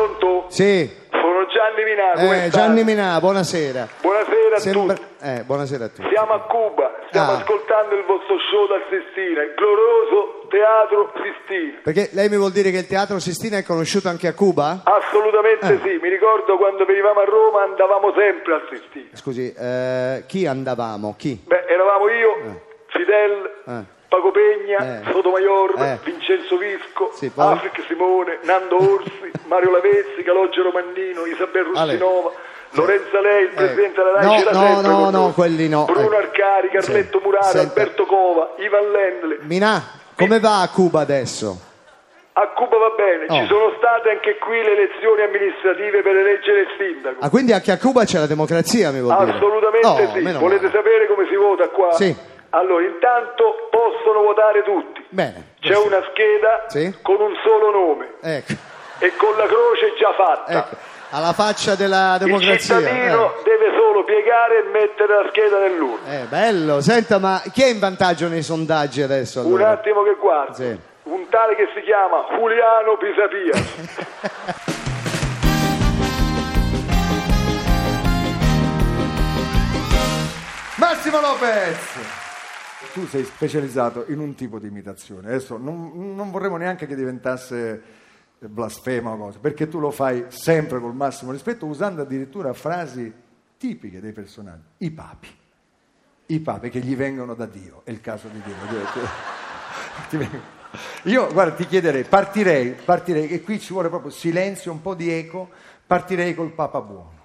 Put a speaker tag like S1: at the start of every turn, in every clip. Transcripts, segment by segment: S1: Pronto?
S2: Sì,
S1: Sono Gianni Minà, come
S2: eh,
S1: sta?
S2: Gianni Minà, buonasera.
S1: Buonasera a
S2: Sembra-
S1: tutti.
S2: eh, buonasera a tutti.
S1: Siamo a Cuba, stiamo
S2: Ah.
S1: ascoltando il vostro show da Sistina, il glorioso Teatro Sistina.
S2: Perché lei mi vuol dire che il Teatro Sistina è conosciuto anche a Cuba? Eh.
S1: Assolutamente sì, mi ricordo quando venivamo a Roma andavamo sempre a Sistina.
S2: Scusi, eh, chi andavamo? Chi?
S1: Beh, eravamo io, Fidel,
S2: Eh.
S1: Paco Pegna,
S2: Eh.
S1: Sotomayor,
S2: Eh.
S1: Vincenzo Visco,
S2: Sì, poi?
S1: Afric Simone, Nando Orsi, Mario Lavezzi, Calogero Mannino, Isabel
S2: Ale.
S1: Rustinova, Lorenzo Lei, il
S2: Eh.
S1: presidente della RAI,
S2: No,
S1: c'era
S2: no,
S1: sempre
S2: no,
S1: con
S2: no,
S1: noi.
S2: quelli no,
S1: Bruno
S2: ecco.
S1: Arcari, Carletto
S2: Sì.
S1: Murano,
S2: Senta.
S1: Alberto Cova, Ivan Lendle.
S2: Minà, come va a Cuba adesso?
S1: A Cuba va bene,
S2: Oh.
S1: ci sono state anche qui le elezioni amministrative per eleggere il sindaco.
S2: Ah, quindi anche a Cuba c'è la democrazia, mi Ah, vuol dire?
S1: Assolutamente
S2: Oh,
S1: sì.
S2: meno
S1: Volete
S2: male.
S1: sapere come si vota qua?
S2: Sì.
S1: Allora, intanto possono votare tutti.
S2: Bene.
S1: C'è una scheda
S2: Sì.
S1: con un solo nome
S2: Ecco,
S1: e con la croce già fatta.
S2: ecco. Alla faccia della
S1: Ah. Il
S2: democrazia.
S1: cittadino deve solo piegare e mettere la scheda nell'urna.
S2: Eh, Eh, bello. Senta, ma chi è in vantaggio nei sondaggi adesso?
S1: Un
S2: Allora?
S1: attimo che guardo.
S2: Sì.
S1: Un tale che si chiama Giuliano Pisapia.
S2: Massimo Lopez!
S3: Tu sei specializzato in un tipo di imitazione. Adesso non, non vorremmo neanche che diventasse eh, blasfema o cosa, perché tu lo fai sempre col massimo rispetto, usando addirittura frasi tipiche dei personaggi. I papi. I papi che gli vengono da Dio, è il caso di Dio. Ti vengo- Io, guarda, ti chiederei, partirei, partirei, e qui ci vuole proprio silenzio, un po' di eco, partirei col Papa Buono,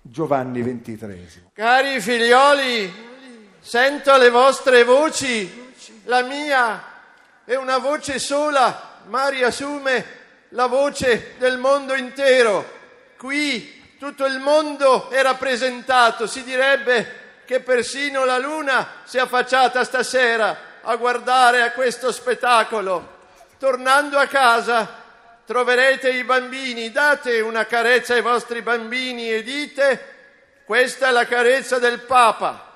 S3: Giovanni XXIII.
S4: Cari figlioli, sento le vostre voci, la mia è una voce sola, ma riassume la voce del mondo intero. Qui tutto il mondo è rappresentato, si direbbe che persino la luna si è affacciata stasera a guardare a questo spettacolo. Tornando a casa troverete i bambini, date una carezza ai vostri bambini e dite questa è la carezza del Papa.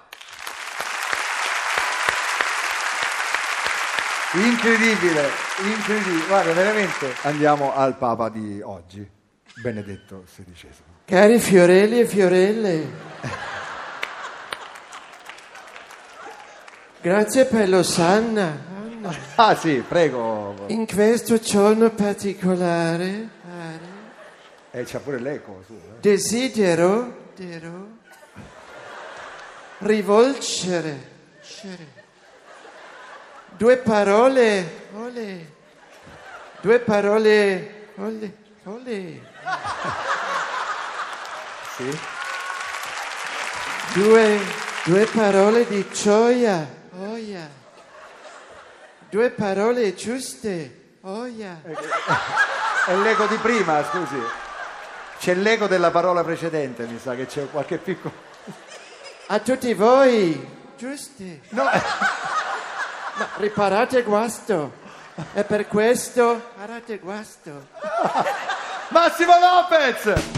S3: Incredibile, incredibile. Guarda, veramente. Andiamo al Papa di oggi, Benedetto XVI.
S4: Cari fiorelli e fiorelle, grazie per l'osanna. Anna.
S3: Ah sì, prego.
S4: In questo giorno particolare
S3: Eh, c'ha pure l'eco su. eh.
S4: desidero desidero rivolgere cere, due parole, ole, due parole, ole, ole.
S3: Sì.
S4: Due, due parole di gioia, oia. Due parole giuste, oia.
S3: È l'eco di prima, scusi. C'è l'eco della parola precedente, mi sa che c'è qualche piccolo...
S4: A tutti voi, giuste.
S3: No, eh,
S4: Ma riparate guasto. E per questo, parate guasto.
S3: Massimo Lopez!